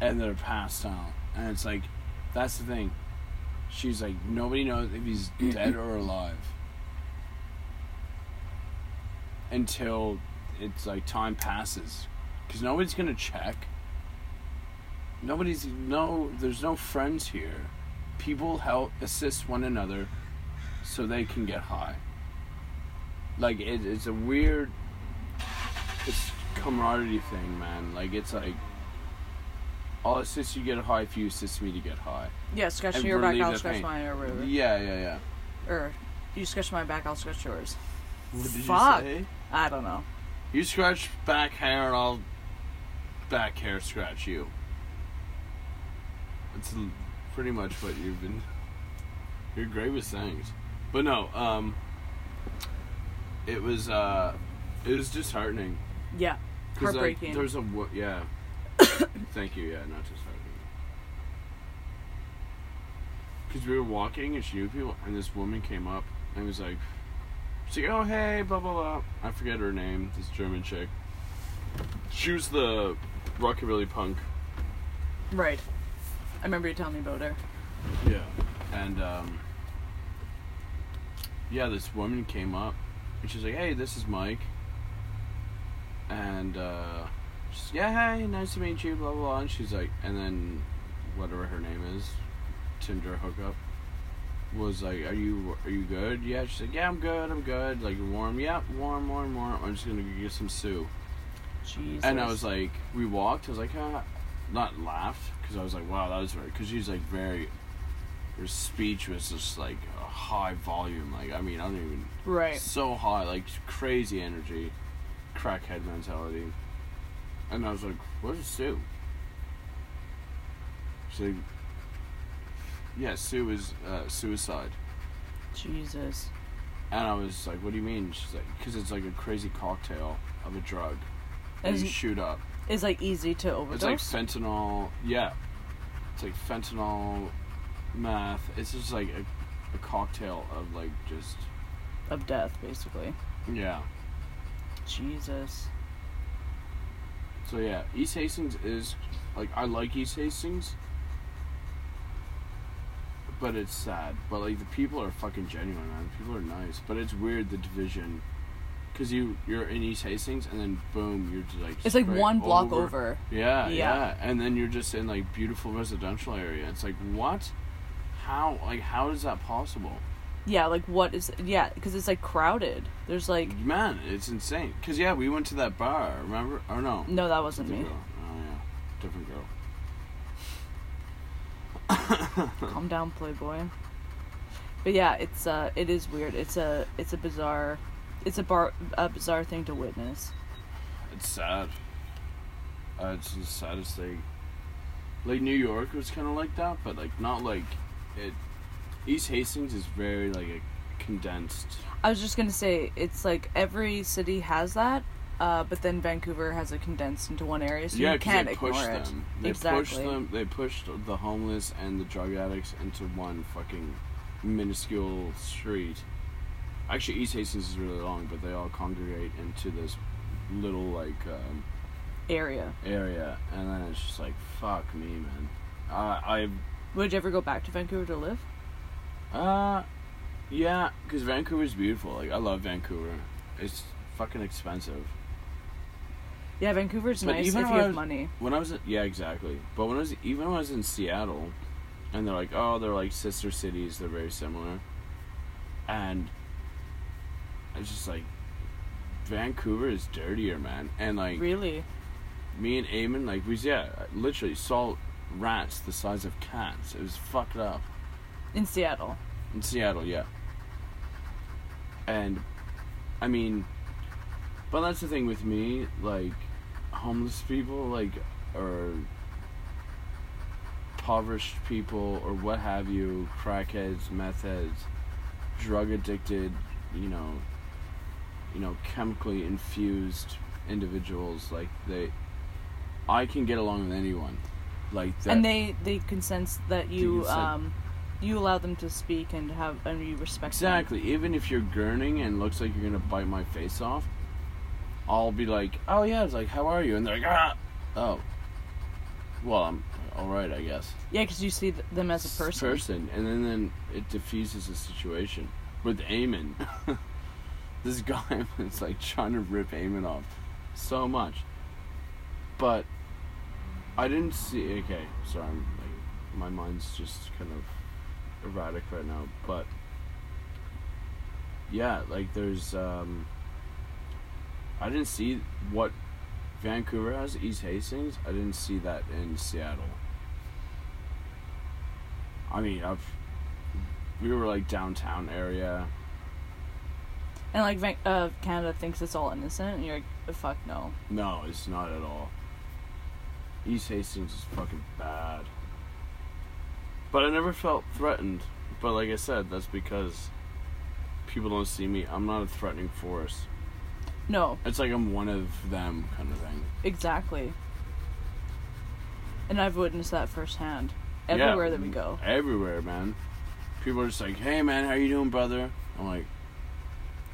and they're passed out. And it's like, that's the thing. She's like, nobody knows if he's dead or alive until it's like time passes. Because nobody's gonna check. Nobody's, no, there's no friends here. People help assist one another so they can get high. Like, it, it's a weird, it's camaraderie thing, man. Like, it's like, I'll assist Oh, you get high if you assist me to get high. yeah, scratch and your back, relieve I'll the scratch pain. mine, or whatever. Yeah, yeah, yeah. Or you scratch my back, I'll scratch yours. What did Fuck. you say? I don't know. You scratch back hair, and I'll back hair scratch you. It's l- pretty much what you've been. You're great with things, but no. Um, it was uh, it was disheartening. Yeah, 'Cause, like, heartbreaking. there's a wo- yeah. Thank you. Yeah, not disheartening. Because we were walking and she knew people, and this woman came up and was like, she's like, oh hey, blah blah blah. I forget her name. This German chick. She was the rockabilly punk. right. I remember you telling me about her. Yeah. And um, yeah, this woman came up and she's like, "Hey, this is Mike." And uh, she's yeah, hey, nice to meet you, blah blah. blah. And she's like, and then whatever her name is, Tinder hookup. was like, "Are you are you good?" Yeah, she's like, "Yeah, I'm good. I'm good. Like you warm? Yeah, warm, warm, warm. I'm just gonna go get some soup." Jesus. And I was like, we walked. I was like, ah, not laughed because I was like, wow, that was very because she's like very. Her speech was just like a high volume. Like I mean, I don't even right. so high, like crazy energy, crackhead mentality. And I was like, "Where's Sue?" She's like, "Yeah, Sue is uh, suicide." Jesus. And I was like, "What do you mean?" She's like, "Cause it's like a crazy cocktail of a drug." And you Is shoot up. is like easy to It's overdose. like fentanyl. Yeah, it's like fentanyl, meth. It's just like a, a cocktail of like just of death, basically. yeah. Jesus. So yeah, East Hastings is like I like East Hastings, but it's sad. But like the people are fucking genuine, man. People are nice, but it's weird the division, cause you you're in East Hastings and then boom, you're just like It's like straight one block over. Yeah, Yeah. yeah, And then you're just in like beautiful residential area. It's like what? How like how is that possible? Yeah, like what is? Yeah, because it's like crowded. There's like Man, it's insane. Cause yeah, we went to that bar. Remember? Or no? no, that wasn't Different me. girl. Oh yeah, different girl. Calm down, Playboy. But yeah, it's uh, it is weird. It's a, it's a bizarre, it's a bar, a bizarre thing to witness. It's sad. Uh, it's the saddest thing. Like New York was kind of like that, but like not like it. East Hastings is very like a condensed. I was just gonna say it's like every city has that, uh, but then Vancouver has it condensed into one area, so yeah, you 'cause can't they ignore pushed it. them. They pushed exactly. them. They pushed the homeless and the drug addicts into one fucking minuscule street. Actually, East Hastings is really long, but they all congregate into this little like. Um, Area. area, and then it's just like fuck me, man. Uh, I Would you ever go back to Vancouver to live? I uh, yeah, because Vancouver's beautiful. Like I love Vancouver. It's fucking expensive. Yeah, Vancouver's But nice if even you when I have was- money. When I was in, yeah exactly, but when I was even when I was in Seattle, and they're like oh they're like sister cities, they're very similar, and it's just like Vancouver is dirtier, man, and like Really? me and Eamon, like we yeah literally saw rats the size of cats. It was fucked up. In Seattle. In Seattle, yeah. And I mean but that's the thing with me, like homeless people, like or impoverished people or what have you, crackheads, meth heads, drug addicted, you know you know, chemically infused individuals, like they I can get along with anyone. Like that and they they can sense that you you consent. um you allow them to speak and have and you respect them. Exactly. Even if you're gurning and looks like you're gonna bite my face off, I'll be like, "Oh yeah," it's like, "How are you?" And they're like, "Ah, oh." Well, I'm all right, I guess. Yeah, because you see th- them as a person. Person, and then then it diffuses the situation with Eamon. this guy was like trying to rip Eamon off so much, but I didn't see. Okay, sorry, I'm, like my mind's just kind of erratic right now, but yeah, like there's. um I didn't see what Vancouver has, East Hastings. I didn't see that in Seattle. I mean, I've we were like downtown area. And like Van- uh, Canada thinks it's all innocent, and you're like, "Uh, fuck no. No, it's not at all. East Hastings is fucking bad. But I never felt threatened. But like I said, that's because people don't see me. I'm not a threatening force. No, It's like I'm one of them kind of thing. exactly. And I've witnessed that firsthand. Everywhere Yeah, that we go. Everywhere, man. People are just like, "Hey, man, how you doing, brother?" I'm like,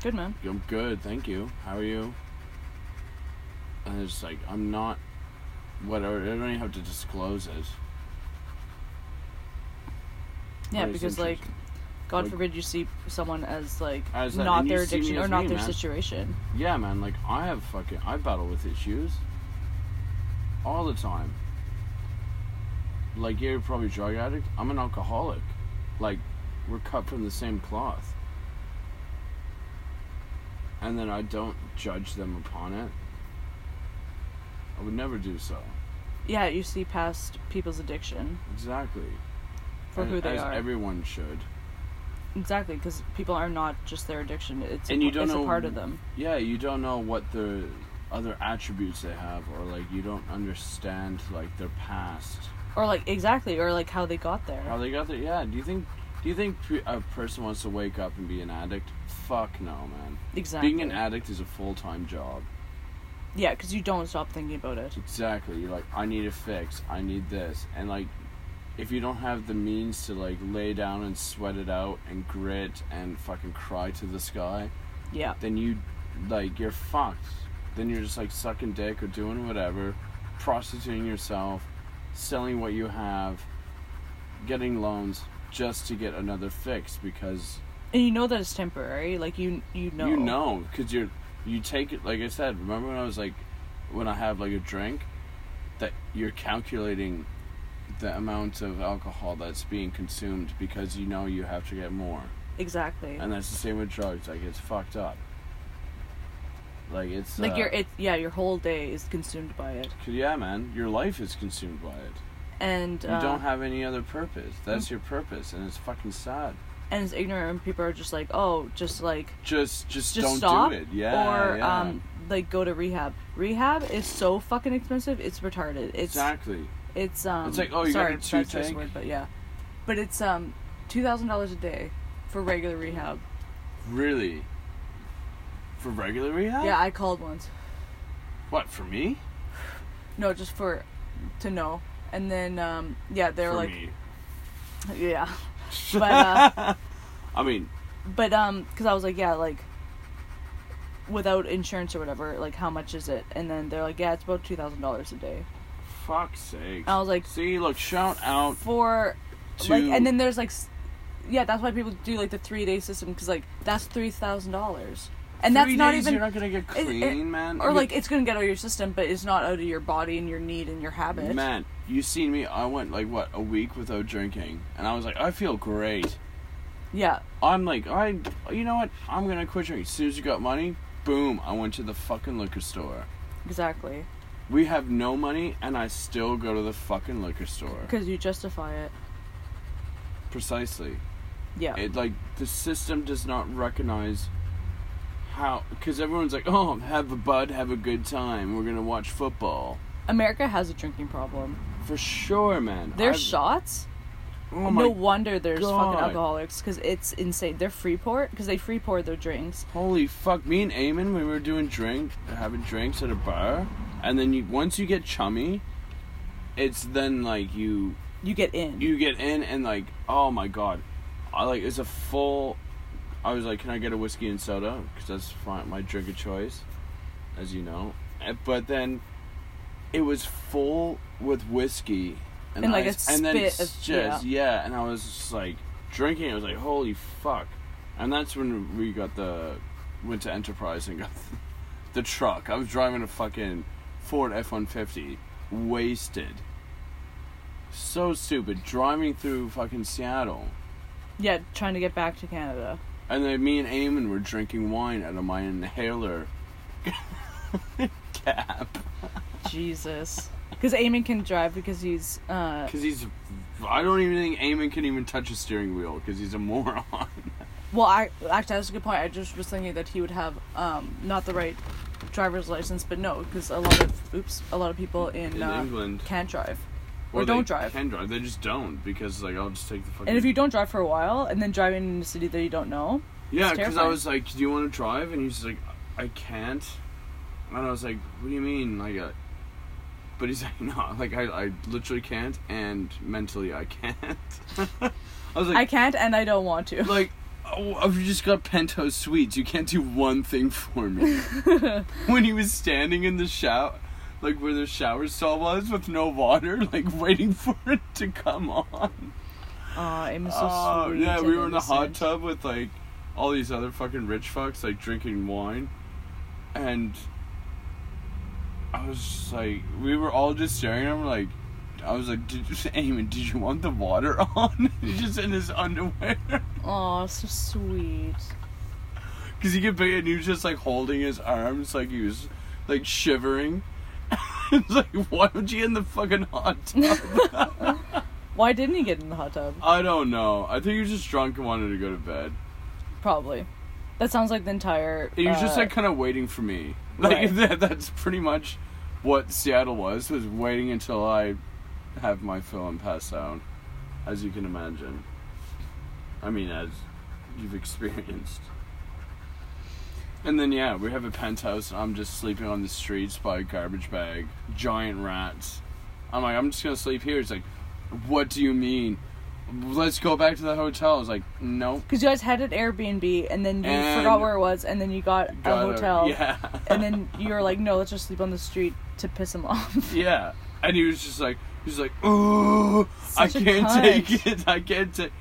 Good man. I'm good, thank you. How are you? And it's like I'm not. Whatever. I don't even have to disclose it. Yeah, But it's because like, interesting. God Like- forbid you see someone as like As that, not and you their see me addiction or as not me, their man. situation. Yeah, man. Like I have fucking. I battle with issues. All the time. Like you're probably a drug addict. I'm an alcoholic. Like We're cut from the same cloth. And then I don't judge them upon it. I would never do so. Yeah, you see past people's addiction Exactly. for And who they as are. Everyone should. exactly, because people are not just their addiction. It's And a, you don't it's know- a part of them. Yeah, you don't know what the other attributes they have, or like you don't understand like their past, Or like exactly, or like how they got there. how they got there. Yeah, do you think do you think pe- a person wants to wake up and be an addict? Fuck no, man. exactly. Being an addict is a full time job. yeah, because you don't stop thinking about it. Exactly. You're like, I need a fix. I need this, and like, if you don't have the means to like lay down and sweat it out and grit and fucking cry to the sky, Yeah, then you like you're fucked. Then you're just like sucking dick or doing whatever, prostituting yourself, selling what you have, getting loans just to get another fix because and you know that it's temporary. Like you, you know. you know because you're you take it like I said. Remember when I was like when I have like a drink that you're calculating the amount of alcohol that's being consumed because you know you have to get more. exactly. And that's the same with drugs. Like it's fucked up. Like it's like uh, your it yeah your whole day is consumed by it 'cause yeah, man. Your life is consumed by it. and You uh, don't have any other purpose. That's Mm. your purpose, and it's fucking sad. and it's ignorant and people are just like oh just like Just, just, just don't stop do it. Yeah, or yeah. um like go to rehab rehab is so fucking expensive it's retarded it's exactly. it's um It's like, oh, you got sorry a if that's just toothache? a word but yeah but it's um two thousand dollars a day for regular rehab Really. For regular rehab? yeah I called once What for me? no just for to know and then um yeah they were for like me. yeah but uh I mean, But um, because I was like, yeah, like without insurance or whatever, like how much is it? And then they're like, yeah, it's about two thousand dollars a day. fuck's sake. I was like, See, look, shout out for to like, and then there's like, s- yeah, that's why people do like the three day system because like that's three thousand dollars, and that's three not days even You're not gonna get it- clean, man. or You- like it's gonna get out of your system, but it's not out of your body and your need and your habit. Man, you seen me? I went like what a week without drinking, and I was like, I feel great. Yeah, I'm like, I, you know what? I'm gonna quit drinking. As soon as you got money, boom! I went to the fucking liquor store. exactly. We have no money, and I still go to the fucking liquor store. Because you justify it. Precisely. Yeah, It like the system does not recognize how because everyone's like, oh, have a bud, have a good time. We're gonna watch football America has a drinking problem. for sure, man. Their I've- shots Oh my no wonder there's God. fucking alcoholics because it's insane. They're free pour because they free pour their drinks. Holy fuck! Me and Eamon, we were doing drink, having drinks at a bar, and then you once you get chummy, it's then like you You get in. you get in and like oh my god, I like it's a full. I was like, can I get a whiskey and soda? Because that's fine, my drink of choice, as you know. And- But then, it was full with whiskey And, like, a ice, and then spit of- just yeah, and I was just like drinking. I was like, holy fuck, and that's when we got the went to Enterprise and got the, the truck. I was driving a fucking Ford F one fifty, wasted. So stupid driving through fucking Seattle, yeah, trying to get back to Canada. and then me and Eamon were drinking wine out of my inhaler cap Jesus. Because Eamon can drive because he's uh, because he's. I don't even think Eamon can even touch a steering wheel because he's a moron. well. I actually that's a good point. I just was thinking that he would have um not the right driver's license, but no, because a lot of oops, a lot of people in, In uh, England. can't drive or Well, don't they drive. Can drive. They just don't because like I'll just take the fucking. And if you don't drive for a while and then driving in a city that you don't know, yeah, because it's I terrifying. was like, "Do you want to drive?" And he's just like, "I can't." And I was like, "What do you mean?" Like, uh, but he's like, "No, like I, I literally can't, and mentally I can't." I was I like, can't and I don't want to. "Like, oh, I've just got penthouse suites. You can't do one thing for me." when he was standing in the shower, like where the shower stall was, with no water, like waiting for it to come on. Aw, Eamon's so Oh sweet. yeah, and we were in a hot innocent. tub with like all these other fucking rich fucks like drinking wine, and I was just like, we were all just staring at him like. I was like, did, Eamon, did you want the water on? He's just in his underwear. Aw, so sweet. Because he get big and he was just like holding his arms like he was like shivering. it's like, why would you in the fucking hot tub? Why didn't he get in the hot tub? I don't know. I think he was just drunk and wanted to go to bed. Probably. That sounds like the entire. He was just uh, like kind of waiting for me. Like right. that, that's pretty much what Seattle was was waiting until I have my fill and pass out, as you can imagine. I mean, as you've experienced. And then yeah, we have a penthouse, and I'm just sleeping on the streets by a garbage bag, giant rats. I'm like, I'm just gonna sleep here. It's like, what do you mean? Let's go back to the hotel. I was like, nope. Cause you guys had an Airbnb and then you And- forgot where it was and then you got, a Gotta- hotel Yeah. and then you were like, no, let's just sleep on the street to piss him off. Yeah, and he was just like, he was like, ooh, I Such a can't cunt." take it, I can't take.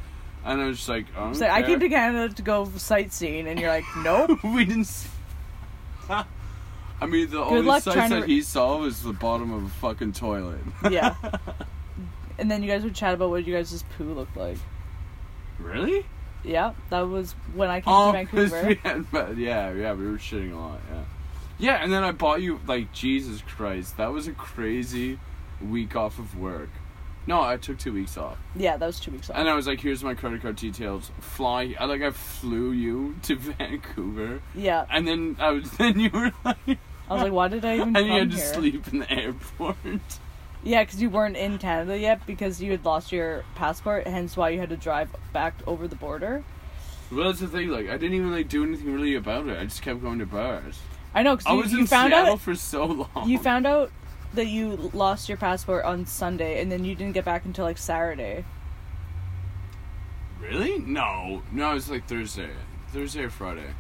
And I was just like, I don't It's like I came care." to Canada to go sightseeing and you're like, nope. we didn't. See- I mean, the only luck sight trying to that re- he saw was the bottom of a fucking toilet. Yeah. And then you guys would chat about what you guys' poo looked like. really? Yeah, that was when I came Oh, to 'cause Vancouver. we had- but yeah, yeah, we were shitting a lot. Yeah, yeah, and then I bought you like Jesus Christ, that was a crazy week off of work. No, I took two weeks off. Yeah, that was two weeks off. And I was like, here's my credit card details. Fly. I like I flew you to Vancouver, Yeah, and then I was then you were like, I was like, why did I even and come you had to here? sleep in the airport. Yeah, because you weren't in Canada yet because you had lost your passport, hence why you had to drive back over the border. well, that's the thing. Like I didn't even like do anything really about it. I just kept going to bars. I know, because I you, was you in found Seattle out for so long. you found out that you lost your passport on Sunday, and then you didn't get back until like Saturday. really? No, no. It was like Thursday, Thursday or Friday.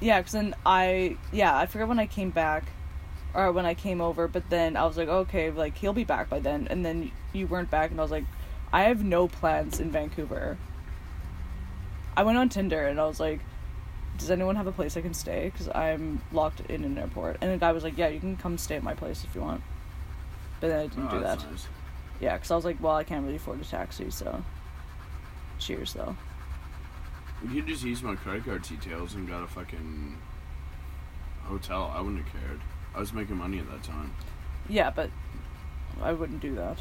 Yeah, because then I yeah I forget when I came back, or when I came over. But then I was like, okay, like he'll be back by then, and then you weren't back, and I was like, I have no plans in Vancouver. I went on Tinder and I was like, does anyone have a place I can stay? Because I'm locked in an airport. And the guy was like, yeah, you can come stay at my place if you want. But then I didn't Oh, do that. that's nice. Yeah, because I was like, well, I can't really afford a taxi, so. Cheers, though. You could just use my credit card details and got a fucking hotel. I wouldn't have cared. I was making money at that time. Yeah, but I wouldn't do that.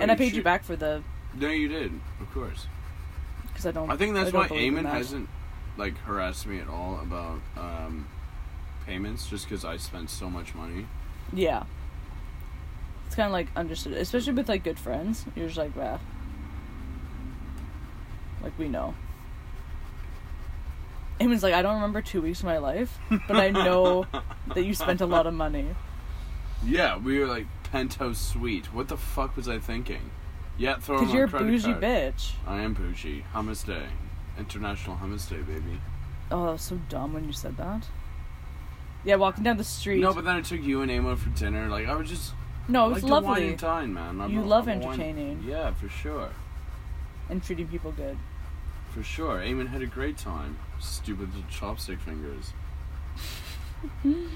and I paid you should- back for the No, you did. Of course. because I don't. I think that's don't why believe in Eamon that. hasn't like harassed me at all about um, payments, just because I spent so much money. Yeah. It's kind of like understood, especially with like good friends. You're just like, bah. Like we know. Eamon's like, I don't remember two weeks of my life, but I know that you spent a lot of money. Yeah, we were like penthouse suite. What the fuck was I thinking? Yeah, throw Cause my you're a credit bougie card. bitch. I am bougie. Hummus day, International Hummus Day, baby. Oh, that was so dumb when you said that. Yeah, walking down the street. No, but then I took you and Amo for dinner. Like I was just no, I it was like To wine Oh, lovely. and dine, man. I'm You a- love I'm a wine- entertaining. Yeah, for sure. And treating people good. For sure. Eamon had a great time. Stupid little chopstick fingers. he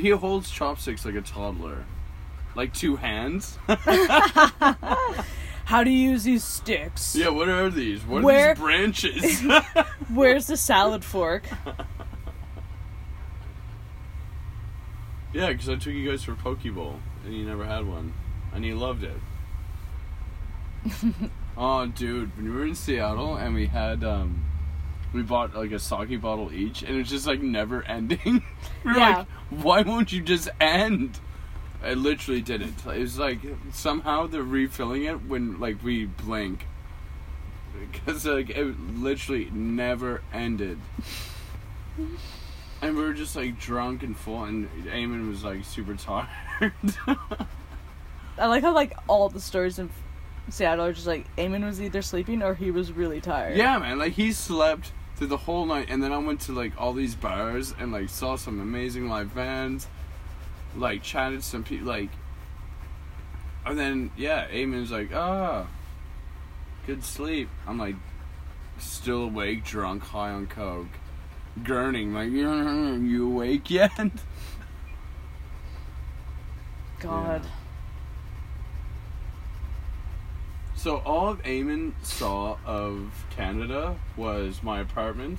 he holds chopsticks like a toddler. Like two hands? How do you use these sticks? yeah, what are these? What are Where- these branches? Where's the salad fork? yeah, because I took you guys for Pokeball and you never had one. And you loved it. oh, dude, when we were in Seattle and we had, um, we bought like a sake bottle each and it was just like never ending. we were Yeah. like, why won't you just end? It literally didn't. It was like somehow they're refilling it when like we blink, because like it literally never ended. and we were just like drunk and full, and Eamon was like super tired. I like how like all the stories in Seattle are just like Eamon was either sleeping or he was really tired. yeah, man. Like he slept through the whole night, and then I went to like all these bars and like saw some amazing live bands, like chatted some people, like, and then yeah, Eamon's like, ah, good sleep. I'm like, still awake, drunk, high on coke, gurning, like, you awake yet? God. So all of Eamon saw of Canada was my apartment.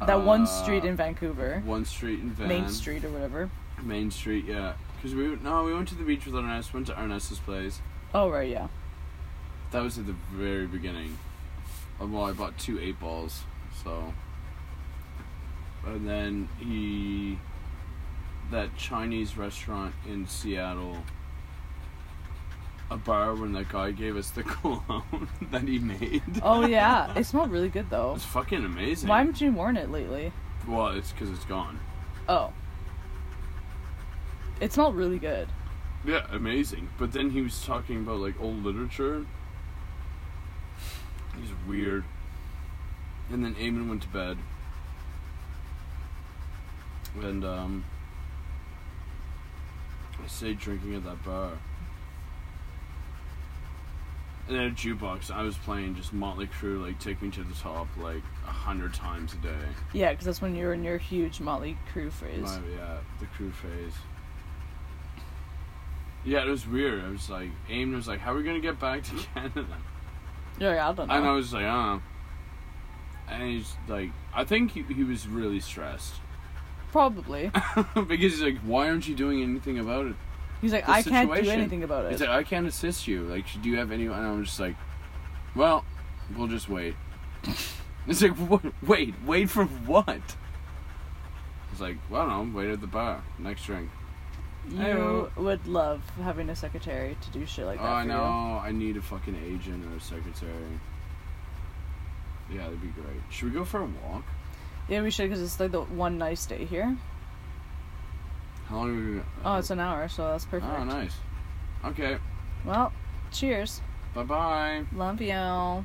That Uh, one street in Vancouver, One street in Van. Main Street or whatever. Main Street, yeah. Because we no, we went to the beach with Ernest. Went to Ernest's place. Oh right, yeah. That was at the very beginning. Um, Well, I bought two eight balls, so. And then he, that Chinese restaurant in Seattle. A bar when that guy gave us the cologne that he made. Oh yeah, it smelled really good It though. was fucking amazing. Why haven't you worn it lately? Well, it's because it's gone. Oh. It smelled really good. Yeah, amazing. But then he was talking about like old literature. It was weird. And then Eamon went to bed. And um I stayed drinking at that bar. And at a jukebox, I was playing just Motley Crue, like Take Me to the Top, like a hundred times a day. Yeah, because that's when you were in your huge Motley Crue phase. My, yeah, the crew phase. Yeah, it was weird. I was like, Aim was like, "How are we gonna get back to Canada?" Yeah, yeah, I don't know. And I was like, "Uh." And he's like, I think he, he was really stressed Probably. because he's like, "Why aren't you doing anything about it?" He's like, The I can't do situation. anything about He's it. like, "I can't assist you. Like, do you have any?" And I'm just like, "Well, we'll just wait." It's like, what? wait, wait for what? It's like, well, I don't know, wait at the bar, next drink. you would love having a secretary to do shit like that. Oh, I for you. know. I need a fucking agent or a secretary. Yeah, that'd be great. Should we go for a walk? Yeah, we should because it's like the one nice day here. How long are we gonna... Oh, it's an hour, so that's perfect. Oh, nice. Okay. Well, cheers. Bye-bye. Love you.